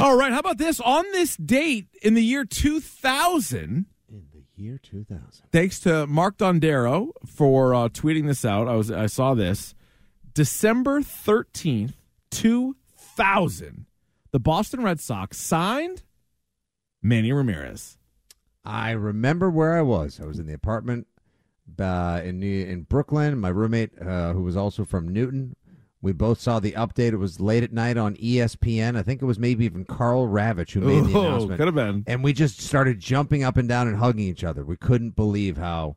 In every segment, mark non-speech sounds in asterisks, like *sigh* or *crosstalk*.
All right, how about this? On this date in the year 2000, In the year 2000. thanks to Mark Dondero for uh, tweeting this out. I was I saw this December 13th, 2000. The Boston Red Sox signed Manny Ramirez. I remember where I was. I was in the apartment uh, in New- in Brooklyn. My roommate, uh, who was also from Newton, we both saw the update. It was late at night on E ESPN. I think it was maybe even Carl Ravitch *laughs* who Oh, made the announcement. could have been. and we just started jumping up and down and hugging each other. We couldn't believe how.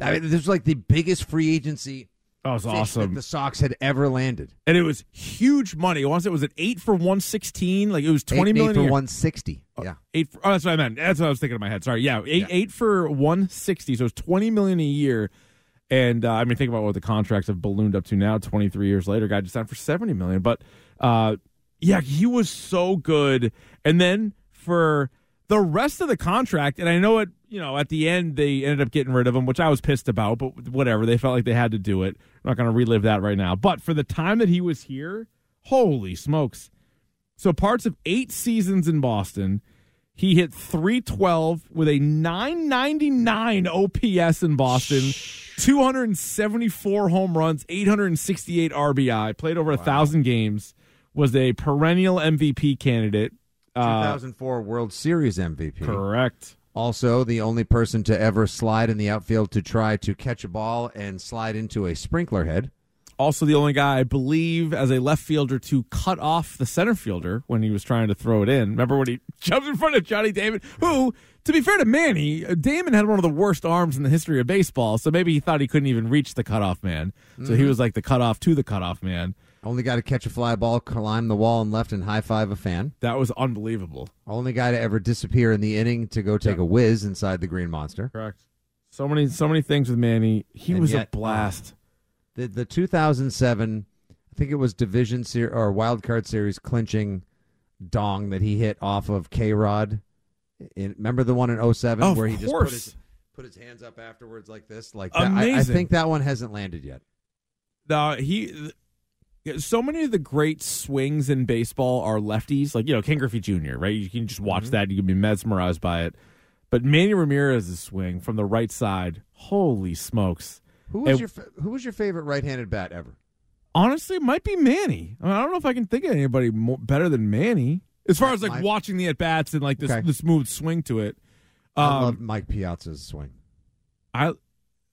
I mean, this was like the biggest free agency That was fish awesome. that the Sox had ever landed. and it was huge money. I want to say it was an eight for one sixteen. Like it was twenty eight, million eight a for year. one sixty. yeah, Eight. For, oh, that's what I meant. That's what I was thinking in my head. Sorry. Yeah, eight eight for one sixty. So it's twenty million a year. And uh, I mean, think about what the contracts have ballooned up to now. Twenty three years later, guy just signed for seventy million. But uh, yeah, he was so good. And then for the rest of the contract, and I know it. You know, at the end they ended up getting rid of him, which I was pissed about. But whatever, they felt like they had to do it. I'm not going to relive that right now. But for the time that he was here, holy smokes! So parts of eight seasons in Boston, he hit 312 with a 999 OPS in Boston, 274 home runs, 868 RBI, played over a 1,000 games, was a perennial MVP candidate. two Uh, thousand four World Series MVP. correct. Also, the only person to ever slide in the outfield to try to catch a ball and slide into a sprinkler head. Also, the only guy I believe as a left fielder to cut off the center fielder when he was trying to throw it in. Remember when he *laughs* jumped in front of Johnny Damon, who, to be fair to Manny, uh, Damon had one of the worst arms in the history of baseball. So maybe he thought he couldn't even reach the cutoff man. So Mm-hmm. he was like the cutoff to the cutoff man. Only guy to catch a fly ball, climb the wall, and left and high five a fan. That was unbelievable. Only guy to ever disappear in the inning to go take a whiz inside the Green Monster. Correct. So many, so many things with Manny. He And was yet- uh, a blast. The the 2007, I think it was division ser- or wild card series clinching dong that he hit off of K Rod. Remember the one in 07 Of where he just put course. his, put his hands up afterwards like this, like that. I- I Amazing. think that one hasn't landed yet. No, he. th- yeah, So many of the great swings in baseball are lefties, like you know Ken Griffey Jr. Right? You can just watch Mm-hmm. that; you can be mesmerized by it. But Manny Ramirez's swing from the right side, holy smokes! Who was And- your fa- Who was your favorite right-handed bat ever? Honestly, it might be Manny. I, mean, I don't know if I can think of anybody more, better than Manny as far as like My- watching the at bats and like this Okay. the smooth swing to it. I Um, loved Mike Piazza's swing. I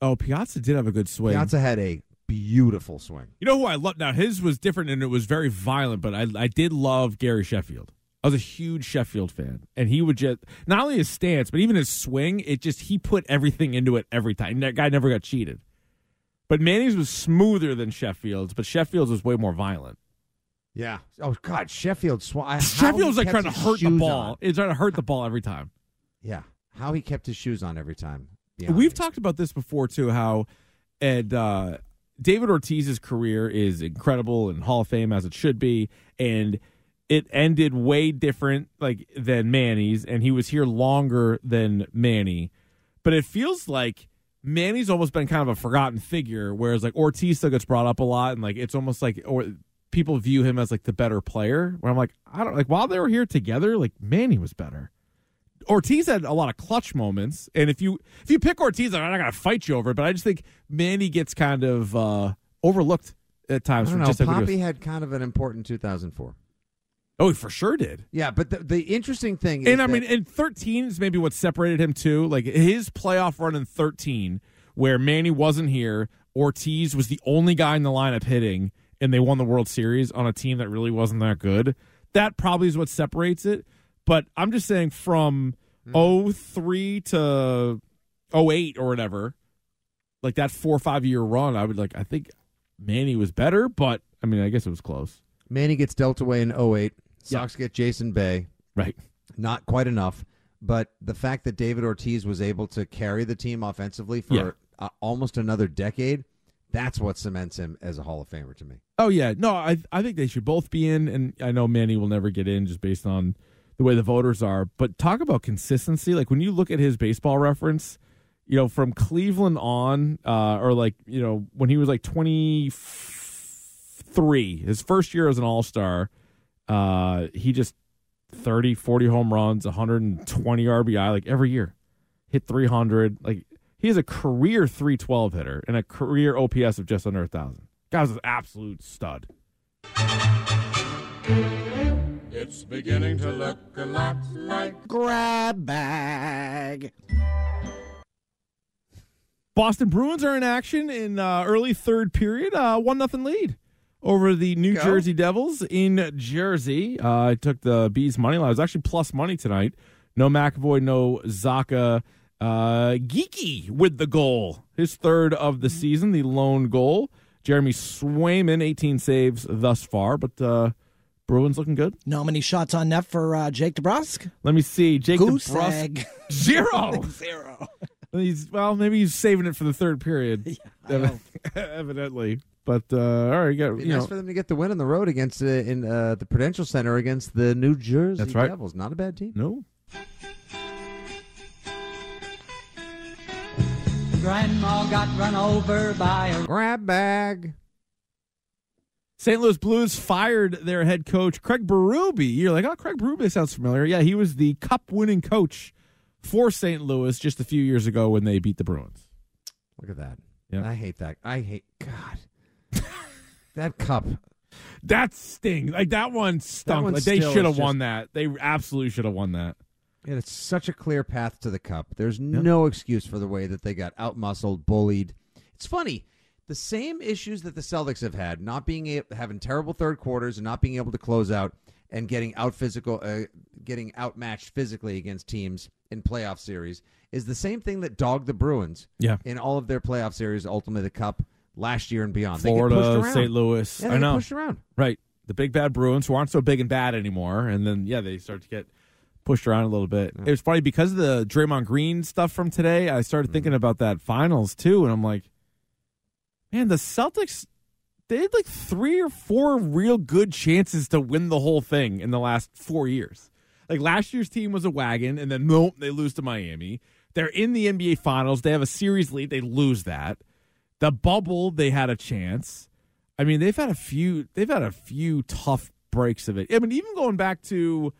oh Piazza did have a good swing. Piazza had a beautiful swing. You know who I love? Now his was different and it was very violent, but I I did love Gary Sheffield. I was a huge Sheffield fan, and he would just not only his stance, but even his swing. It just he put everything into it every time. That guy never got cheated. But Manny's was smoother than Sheffield's, but Sheffield's was way more violent. Yeah. Oh God, Sheffield swung. I- how Sheffield's he like kept trying to his hurt the shoes ball. on. It's trying to hurt the ball every time. Yeah. How he kept his shoes on every time. beyond We've me. talked about this before too. How Ed uh, David Ortiz's career is incredible and Hall of Fame as it should be, and it ended way different like than Manny's, and he was here longer than Manny. But it feels like Manny's almost been kind of a forgotten figure, whereas like Ortiz still gets brought up a lot, and like it's almost like or people view him as like the better player. Where I'm like, I don't like while they were here together, like Manny was better. Ortiz had a lot of clutch moments, and if you if you pick Ortiz, I'm not gonna fight you over it, but I just think Manny gets kind of uh, overlooked at I times. don't from know. just like what he Poppy was- had kind of an important 2004. oh, he for sure did. Yeah, but the, the interesting thing is And I that- mean, and 13 is maybe what separated him too. Like his playoff run in 13, where Manny wasn't here, Ortiz was the only guy in the lineup hitting, and they won the World Series on a team that really wasn't that good. That probably is what separates it. But I'm just saying, from 03 to 08 or whatever, like that four or five year run, I would like. I think Manny was better, but I mean, I guess it was close, Manny gets dealt away in 08. Sox get Jason Bay. right? Not quite enough, but the fact that David Ortiz was able to carry the team offensively for Yeah. uh, almost another decade, that's what cements him as a Hall of Famer to me. Oh yeah, no, I I think they should both be in, and I know Manny will never get in just based on the way the voters are. But talk about consistency. Like when you look at his baseball reference, you know, from Cleveland on, uh, or like you know when he was like twenty three, his first year as an All Star, uh, he just 30, 40 home runs, 120 RBI, like every year. Hit 300. Like he is a career 312 hitter and a career OPS of just under 1,000. Guy's an absolute stud. It's beginning to look a lot like grab bag. Boston Bruins are in action in uh, early third period, uh, one nothing lead over the New Go. Jersey Devils in Jersey. Uh, I took the bees money line. It was actually plus money tonight. No McAvoy, no Zaka. Uh, Geeky with the goal, his third of the season, the lone goal. Jeremy Swayman, 18 saves thus far, but uh, Bruins looking good. Know how many shots on net for uh, Jake DeBrusk? Let me see. Jake Goose DeBrusk, egg. *laughs* *laughs* zero. Zero. He's well, maybe he's saving it for the third *laughs* period. Evi- *laughs* Evidently, but uh, all right, you got Be you nice know, for them to get the win on the road against uh, in uh, the Prudential Center against the New Jersey That's right. Devils. Not a bad team. no. Grandma got run over by a Grab bag. St. Louis Blues fired their head coach Craig Berube. You're like, oh, Craig Berube sounds familiar. Yeah, he was the Cup winning coach for St. Louis just a few years ago when they beat the Bruins. Look at that. Yeah. I hate that. I hate God. *laughs* that cup. That stings. Like that one stunk. one like they still should have is won that. They absolutely should have won that. And it's such a clear path to the cup. There's no excuse for the way that they got outmuscled, bullied. It's funny. The same issues that the Celtics have had, not being a- having terrible third quarters and not being able to close out and getting out physical, uh, getting outmatched physically against teams in playoff series, is the same thing that dogged the Bruins Yeah. in all of their playoff series, ultimately the cup last year and beyond. they get pushed Florida, around. St. Louis. Yeah, they I get know. pushed around. Right. The big bad Bruins who aren't so big and bad anymore. And then, yeah, they start to get pushed around a little bit. It was funny because of the Draymond Green stuff from today. I started thinking about that finals too. And I'm like, man, the Celtics, they had like three or four real good chances to win the whole thing in the last four years. Like last year's team was a wagon, and then nope, they lose to Miami. They're in the NBA finals. They have a series lead. They lose that. The bubble, they had a chance. I mean, they've had a few. They've had a few tough breaks of it. I mean, even going back to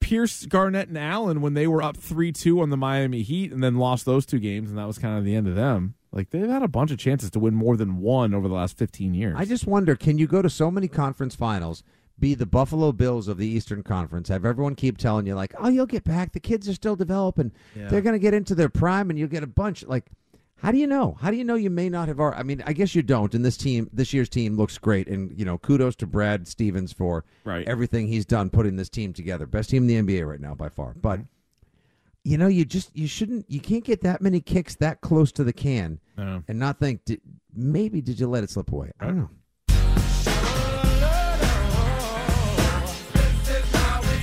Pierce, Garnett, and Allen when they were up three two on the Miami Heat, and then lost those two games, and that was kind of the end of them. Like they've had a bunch of chances to win more than one over the last fifteen years. I just wonder can you go to so many conference finals, be the Buffalo Bills of the Eastern Conference, have everyone keep telling you, like, oh, you'll get back. The kids are still developing. They're going to get into their prime and you'll get a bunch. Like, how do you know? How do you know you may not have already? I mean, I guess you don't. And this team, this year's team looks great. And, you know, kudos to Brad Stevens for Right. everything he's done putting this team together. Best team in the NBA right now by far. But you know, you just you shouldn't you can't get that many kicks that close to the can know. and not think did, maybe did you let it slip away? I don't know.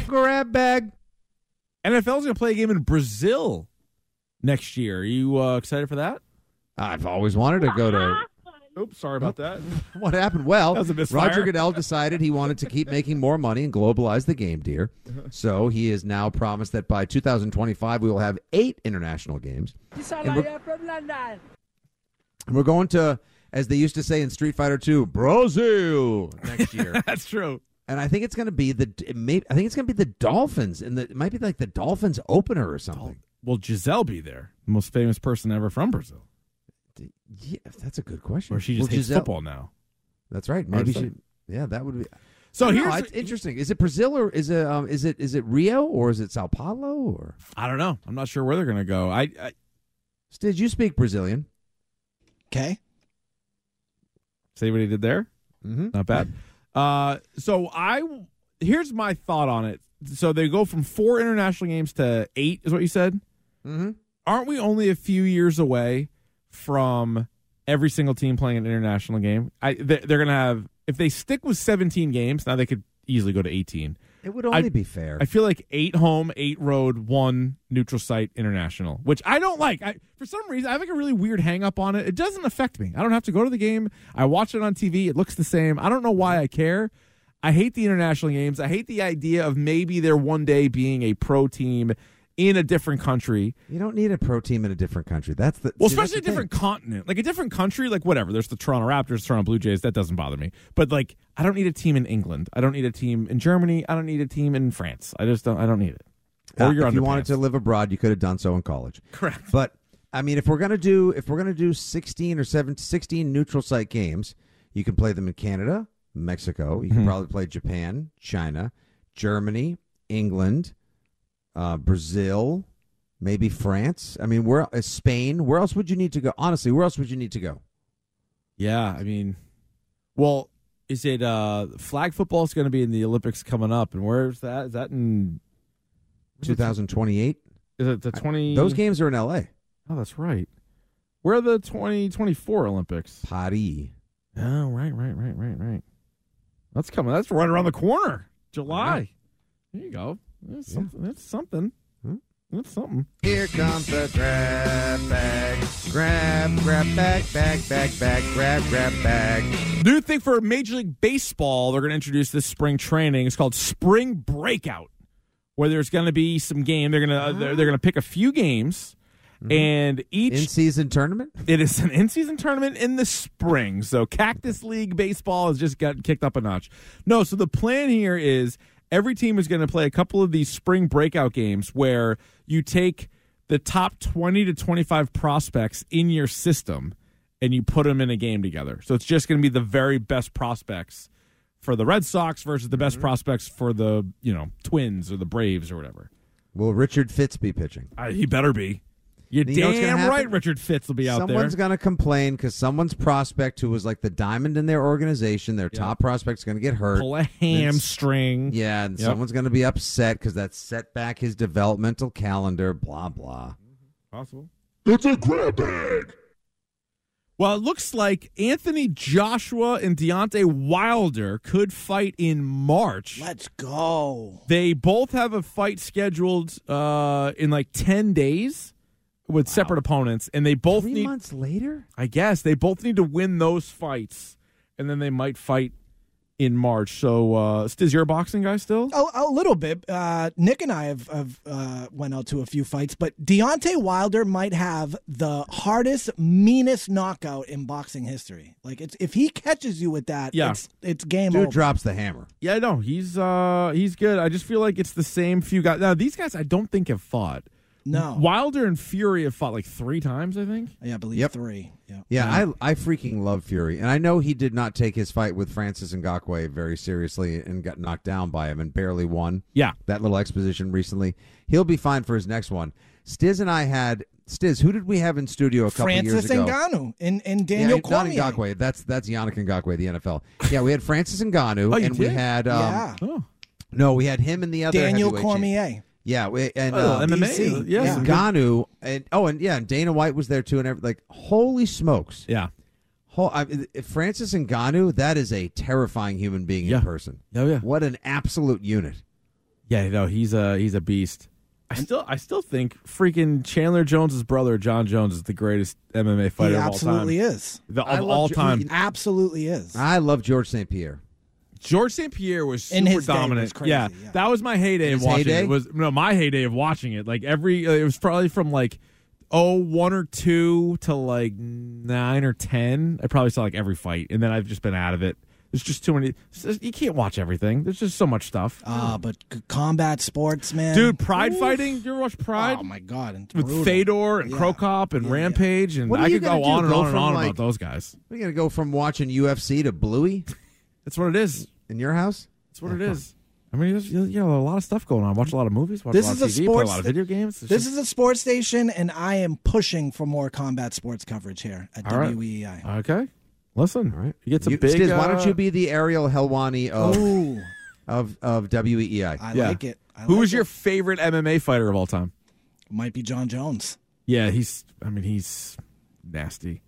Grab bag. NFL's going to play a game in Brazil next year. Are you uh, excited for that? I've always wanted to *laughs* go to. Oops, sorry about that. What happened? Well, That was a misfire. Roger Goodell decided he wanted to keep making more money and globalize the game, dear. Uh-huh. So he is now promised that by 2025 we will have eight international games. And we're- and we're going to, as they used to say in Street Fighter 2, Brazil next year. *laughs* That's true. and I think it's going to be the it may, I think it's going to be the Dolphins, and the, it might be like the Dolphins opener or something. Will Giselle be there? The most famous person ever from Brazil. Yeah, that's a good question. Or she just Well, hates Giselle- football now. That's right. Or Maybe she. something. Yeah, that would be. So I don't here's know, it's interesting. Is it Brazil or is it um, is it is it Rio or is it Sao Paulo or? I don't know. I'm not sure where they're going to go. I, I Did you speak Brazilian? Okay. see what he did there. Mm-hmm. Not bad. Uh, so I here's my thought on it. So they go from four international games to eight, is what you said. Mm-hmm. Aren't we only a few years away from every single team playing an international game? I they're, they're going to have if they stick with 17 games. Now they could easily go to 18. It would only be fair. I feel like eight home, eight road, one neutral site international, which I don't like. I, for some reason, I have like a really weird hang up on it. It doesn't affect me. I don't have to go to the game. I watch it on TV. It looks the same. I don't know why I care. I hate the international games. I hate the idea of maybe there one day being a pro team in a different country. You don't need a pro team in a different country. That's the Well, see, that's especially a the thing. different continent, like a different country, like whatever. There's the Toronto Raptors, Toronto Blue Jays. That doesn't bother me. But like, I don't need a team in England. I don't need a team in Germany. I don't need a team in France. I just don't. I don't need it. Uh, if you wanted underpants. *laughs* to live abroad, you could have done so in college. Correct. But I mean, if we're gonna do if we're gonna do sixteen or 7, 16 neutral site games, you can play them in Canada, Mexico. You can probably play Japan, China, Germany, England, uh, Brazil, maybe France. I mean, where uh, Spain? Where else would you need to go? Honestly, where else would you need to go? Yeah, I mean, well, is it uh flag football is going to be in the Olympics coming up, and where's that? Is that in Two thousand twenty eight. Is it the twenty? Those games are in L.A. Oh, that's right. Where are the twenty twenty four Olympics? Paris. Oh, right, right, right, right, right. That's coming. That's right around the corner. July. There you go. Hmm? That's something. That's something. That's something. Here comes the grab bag. Grab, grab, bag, bag, bag, bag, grab, grab, bag. New thing for Major League Baseball, they're going to introduce this spring training. It's called Spring Breakout, where there's going to be some game. They're going to they're, they're going to pick a few games, Mm-hmm. and each In season tournament? it is an in-season tournament in the spring. So Cactus League baseball has just gotten kicked up a notch. No, so the plan here is every team is going to play a couple of these spring breakout games where you take the top 20 to 25 prospects in your system and you put them in a game together. So it's just going to be the very best prospects for the Red Sox versus the best Mm-hmm. prospects for the, you know, Twins or the Braves or whatever. Will Richard Fitz be pitching? Uh, he better be. You're You know what's gonna damn happen? right Richard Fitz will be out there. someone's going to complain because someone's prospect who was like the diamond in their organization, their top prospect's going to get hurt. pull a hamstring. Yeah, and Yep. someone's going to be upset because that set back his developmental calendar, blah, blah. Possible. It's a grab bag. Well, it looks like Anthony Joshua and Deontay Wilder could fight in March. Let's go. They both have a fight scheduled uh, in like 10 days with separate opponents, and they both Three need, months later? I guess, they both need to win those fights, and then they might fight in March. So, uh, Stiz, you're a boxing guy still? Oh, a little bit. Uh, Nick and I have, have uh, went out to a few fights, but Deontay Wilder might have the hardest, meanest knockout in boxing history. Like, it's if he catches you with that, Yeah. it's, it's game Dude over. drops the hammer. Yeah, I know he's uh he's good. I just feel like it's the same few guys. Now these guys I don't think have fought. No. Wilder and Fury have fought like three times, I think. yeah, I believe Yep. three. Yeah. Yeah, I I freaking love Fury, and I know he did not take his fight with Francis Ngakwe very seriously and got knocked down by him and barely won. Yeah. that little exposition recently. He'll be fine for his next one. Stiz and I had Stiz. Who did we have in studio a couple years Francis ago? Ngannou and, and Yeah, Daniel not Cormier. Ngakwe. That's that's Yannick Ngakwe, the NFL. Yeah, we had Francis Ngannou, Oh, you and we did? had um, yeah. Oh, no, we had him and the other Daniel heavyweight champ. Cormier. Yeah, we, and Oh, uh, MMA. DC. Yeah. Yeah. some good- Ngannou, and oh, and yeah, and Dana White was there too, and every, like holy smokes. yeah. Whole, I, if Francis Ngannou, that is a terrifying human being Yeah. in person. Oh, yeah. What an absolute unit. Yeah, no, he's a he's a beast. I still I still think freaking Chandler Jones's brother John Jones is the greatest MMA fighter He of all time. absolutely is. The, I of love all Jo- time. Absolutely is. I love George St. Pierre. George St. Pierre was super In his day, it was dominant. crazy, yeah, yeah. that was my heyday of his watching heyday? it. Was no my heyday of watching it. Like every, uh, it was probably from like oh one or two to like nine or ten. I probably saw like every fight, and then I've just been out of it. There's just too many. it's just- You can't watch everything. There's just so much stuff. Ah, Hmm. but c- combat sports, man. Dude, Pride fighting. You ever watch Pride? Oh my god, and With brutal. Fedor and Krokop and Rampage, and What are I you could go gonna do? on and Go on and from, on like- about those guys. We're going to go from watching UFC to Bluey That's what it is. in your house? That's what it is. I mean, there's you know, a lot of stuff going on. Watch a lot of movies. Watch This a lot is a of TV. play a sports lot of that- video games. It's This just- is a sports station, and I am pushing for more combat sports coverage here at E All right. WEEI. Okay. Listen, All right. you get some You- big. Stiz, why uh, Oh. don't you be the Ariel Helwani of, Ooh, of, of E WEEI? I Yeah. like it. I Who like is your *laughs* it. favorite MMA fighter of all time? Might be John Jones. Yeah, he's. I mean, he's nasty.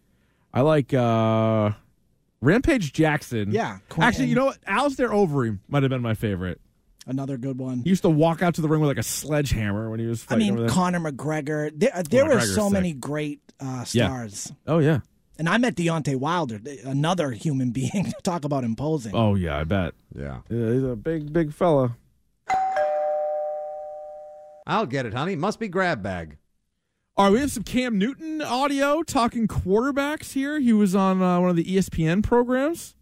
I like uh Rampage Jackson. Yeah, Quentin. Actually, you know what? Alistair Overeem might have been my favorite. Another good one. He used to walk out to the ring with like a sledgehammer when he was I fighting. over mean, there. Conor McGregor. There, uh, there Conor are McGregor's so sick. many great uh, Yeah. stars, oh yeah. and I met Deontay Wilder, th- another human *laughs* being. to Talk about imposing. Oh yeah. I bet. yeah. Yeah, he's a big, big fella. I'll get it, honey. Must be grab bag. All right, we have some Cam Newton audio talking quarterbacks here. He was on uh, one of the ESPN programs.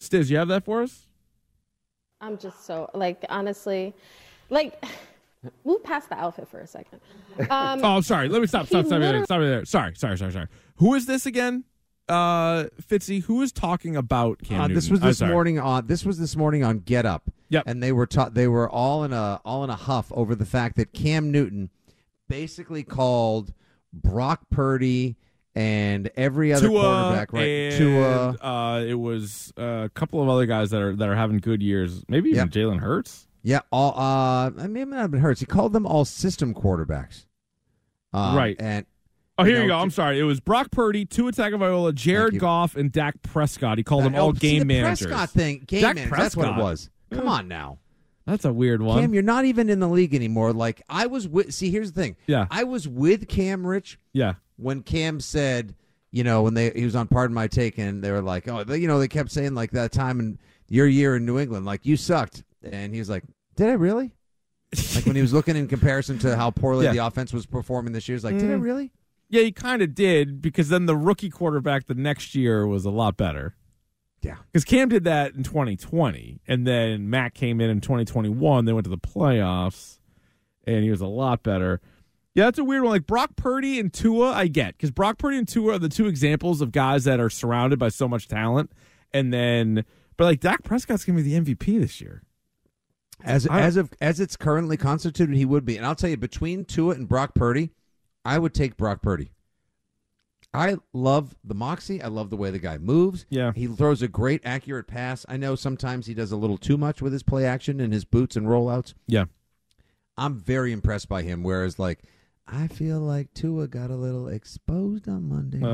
Stiz, you have that for us? I'm just so like honestly, like *sighs* move past the outfit for a second. Um, Oh, I'm sorry. Let me stop. Stop. Stop. me there. Stop me there. Sorry. Sorry. Sorry. Sorry. Who is this again? Uh, Fitzy. Who is talking about Cam? Uh, this Newton? was I'm this sorry. morning on this was this morning on Get Up. Yep. And they were ta- they were all in a all in a huff over the fact that Cam Newton basically called Brock Purdy and every other Tua quarterback right and, Tua Uh, it was uh, a couple of other guys that are that are having good years. Maybe even Yep. Jalen Hurts. Yeah, all uh I mean it might have been Hurts. He called them all system quarterbacks. Um, Right. And Oh, You here you, know, go. I'm sorry. It was Brock Purdy, Tua Tagovailoa, you. Jared Goff, and Dak Prescott. He called them Oh, all see, game the managers. Prescott thing, game Dak managers. That's what it Prescott. was. Come on now. That's a weird one. Cam, you're not even in the league anymore. Like I was with see, here's the thing. Yeah. I was with Cam Rich yeah. when Cam said, you know, when they he was on Pardon My Take, and they were like, oh, they, you know, they kept saying like that time in your year in New England, like you sucked, and he was like, did I really? Like when he was looking in comparison to how poorly Yeah. the offense was performing this year, he's like, did I really? Yeah, he kind of did because then the rookie quarterback the next year was a lot better. Yeah. Because Cam did that in 2020, and then Matt came in in 2021. They went to the playoffs, and he was a lot better. Yeah, that's a weird one. Like Brock Purdy and Tua, I get because Brock Purdy and Tua are the two examples of guys that are surrounded by so much talent, and then but like Dak Prescott's gonna be the MVP this year. As I- as of as it's currently constituted, he would be. And I'll tell you, between Tua and Brock Purdy, I would take Brock Purdy. I love the moxie. I love the way the guy moves. Yeah. he throws a great, accurate pass. I know sometimes he does a little too much with his play action and his boots and rollouts. Yeah, I'm very impressed by him. Whereas, like, I feel like Tua got a little exposed on Monday. night.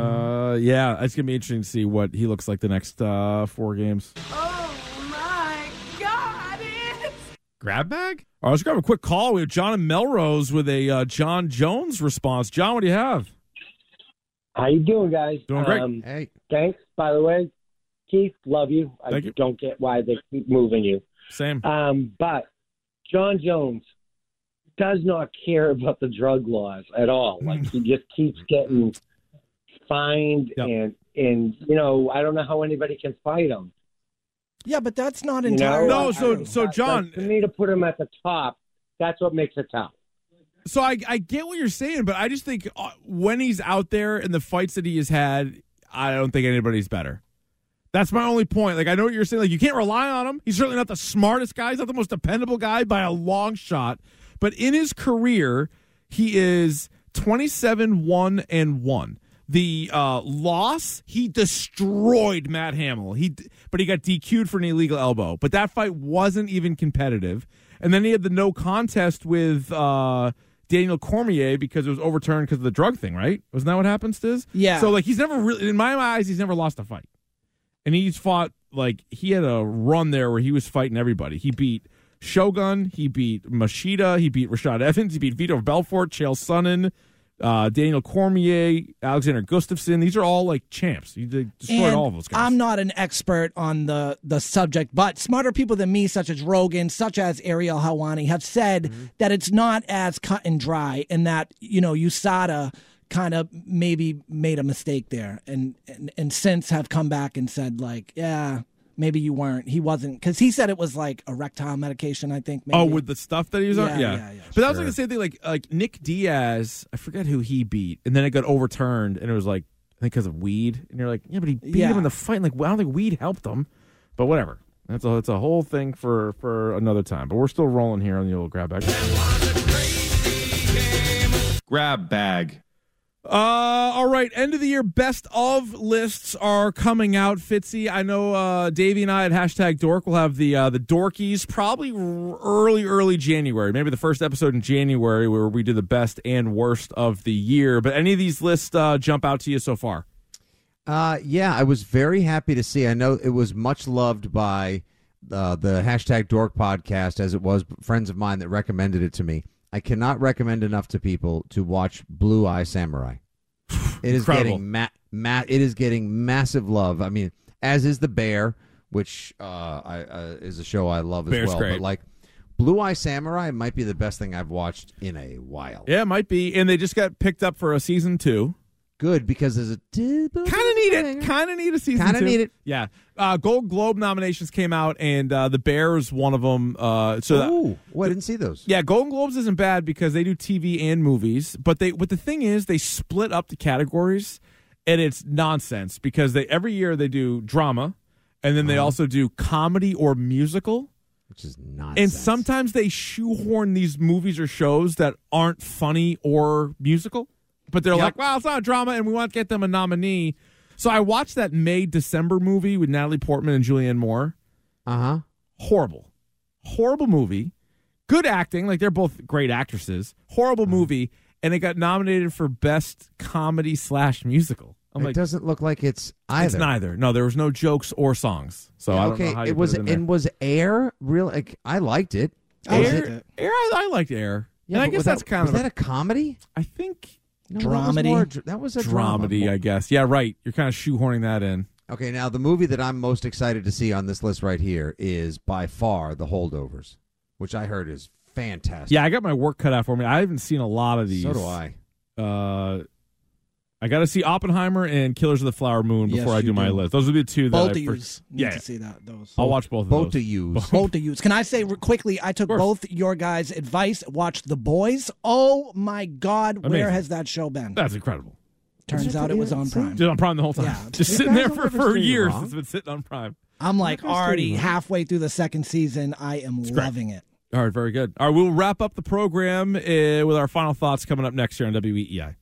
uh, yeah, it's gonna be interesting to see what he looks like the next uh, four games. Grab bag. All right, let's grab a quick call. We have John and Melrose with a uh, John Jones response. John, what do you have? How you doing, guys? Doing great. Um, Hey, thanks, by the way. Keith, love you. I Thank you. don't get why they keep moving you. Same. Um, but John Jones does not care about the drug laws *laughs* at all. Like he just keeps getting fined Yep. and and you know, I don't know how anybody can fight him. Yeah, but that's not You know? entirely No, so- true. so- Like, John- for me to put him at the top, that's what makes it top. So I, I get what you're saying, but I just think uh, when he's out there and the fights that he has had, I don't think anybody's better. That's my only point. Like I know what you're saying. Like you can't rely on him. He's certainly not the smartest guy. He's not the most dependable guy by a long shot. But in his career, he is 27 1 and 1. The uh, loss, he destroyed Matt Hamill. He d- but he got DQ'd for an illegal elbow. But that fight wasn't even competitive. And then he had the no contest with uh, Daniel Cormier because it was overturned because of the drug thing, right? Wasn't that what happened, Stiz? Yeah. So like he's never really in my eyes, he's never lost a fight and he's fought like he had a run there where he was fighting everybody. He beat Shogun, he beat Machida, he beat Rashad *laughs* Evans, he beat Vito Belfort, Chael Sonnen, uh, Daniel Cormier, Alexander Gustafson. These are all like champs. He like, destroyed And all of those guys. I'm not an expert on the, the subject, but smarter people than me, such as Rogan, such as Ariel Hawani, have said Mm-hmm. that it's not as cut and dry and that, you know, USADA kind of maybe made a mistake there and, and, and since have come back and said, like, yeah, maybe you weren't. He wasn't. Because he said it was like erectile medication, I think. Maybe. Oh, with the stuff that he was on, yeah. Yeah, yeah, yeah, but that was like the same thing. Like like Nick Diaz, I forget who he beat, and then it got overturned, and it was like I think because of weed. And you're like, yeah, but he beat him Yeah. in the fight. And like well, I don't think weed helped him, but whatever. That's a that's a whole thing for for another time. But we're still rolling here on the old grab bag. Grab bag. Uh, all right. End of the year best of lists are coming out. Fitzy, I know uh, Davey and I at hashtag Dork will have the uh, the Dorkies probably r- early early January, maybe the first episode in January where we do the best and worst of the year. But any of these lists uh, jump out to you so far? Uh, yeah, I was very happy to see. I know it was much loved by uh, the hashtag Dork podcast, as it was friends of mine that recommended it to me. I cannot recommend enough to people to watch Blue Eye Samurai. It is Incredible. getting ma- ma- It is getting massive love. I mean, as is the Bear, which uh, I, uh, is a show I love Bear's as well. great. But like Blue Eye Samurai might be the best thing I've watched in a while. Yeah, it might be. And they just got picked up for a season two. Good because there's a kind of Kind of need it. Kind of need a season. Kinda two. need it. Yeah. Uh, Gold Globe nominations came out, and uh, the Bears one of them. Uh, so that- Ooh, oh, I didn't see those. yeah, Golden Globes isn't bad because they do TV and movies. But they, but the thing is, they split up the categories, and it's nonsense because they every year they do drama, and then they Uh-huh. also do comedy or musical. which is nonsense. And sometimes they shoehorn these movies or shows that aren't funny or musical, but they're Yep. like, well, it's not a drama, and we want to get them a nominee. So I watched that May December movie with Natalie Portman and Julianne Moore. uh huh. Horrible, horrible movie. Good acting, like they're both great actresses. Horrible Mm-hmm. movie, and it got nominated for best comedy slash musical. I'm it like, doesn't look like it's either. it's neither. No, there was no jokes or songs. So I don't okay, know how you it put was it in there. and was Air real? Like I liked it. I Was liked it- Air, Air, I, I liked Air. Yeah, and I but guess was that's that, kind was of a- that a comedy, I think no, that was Dramedy? more a dr- That was a, drama. dramedy, I guess. Yeah, right. You're kind of shoehorning that in. Okay, now the movie that I'm most excited to see on this list right here is by far The Holdovers, which I heard is fantastic. Yeah, I got my work cut out for me. I haven't seen a lot of these. so do I. Uh, I got to see Oppenheimer and Killers of the Flower Moon Yes, before I you do my do. list. Those would be the two that Both I of for- you need Yeah. to see that. Those. I'll watch both. Both of of those. you. both of you. Can I say re- quickly? I took Of course. both your guys' advice. Watched The Boys. Oh my God! Where Amazing. has that show been? That's incredible. Turns out it was on Prime. Just on Prime the whole time. Yeah. *laughs* Just You sitting guys there don't for, ever for see me years. wrong. It's been sitting on Prime. I'm like Interesting, already huh? halfway through the second season. I am great. loving it. eh, All right, very good. All right, we'll wrap up the program uh, with our final thoughts coming up next year on WEEI.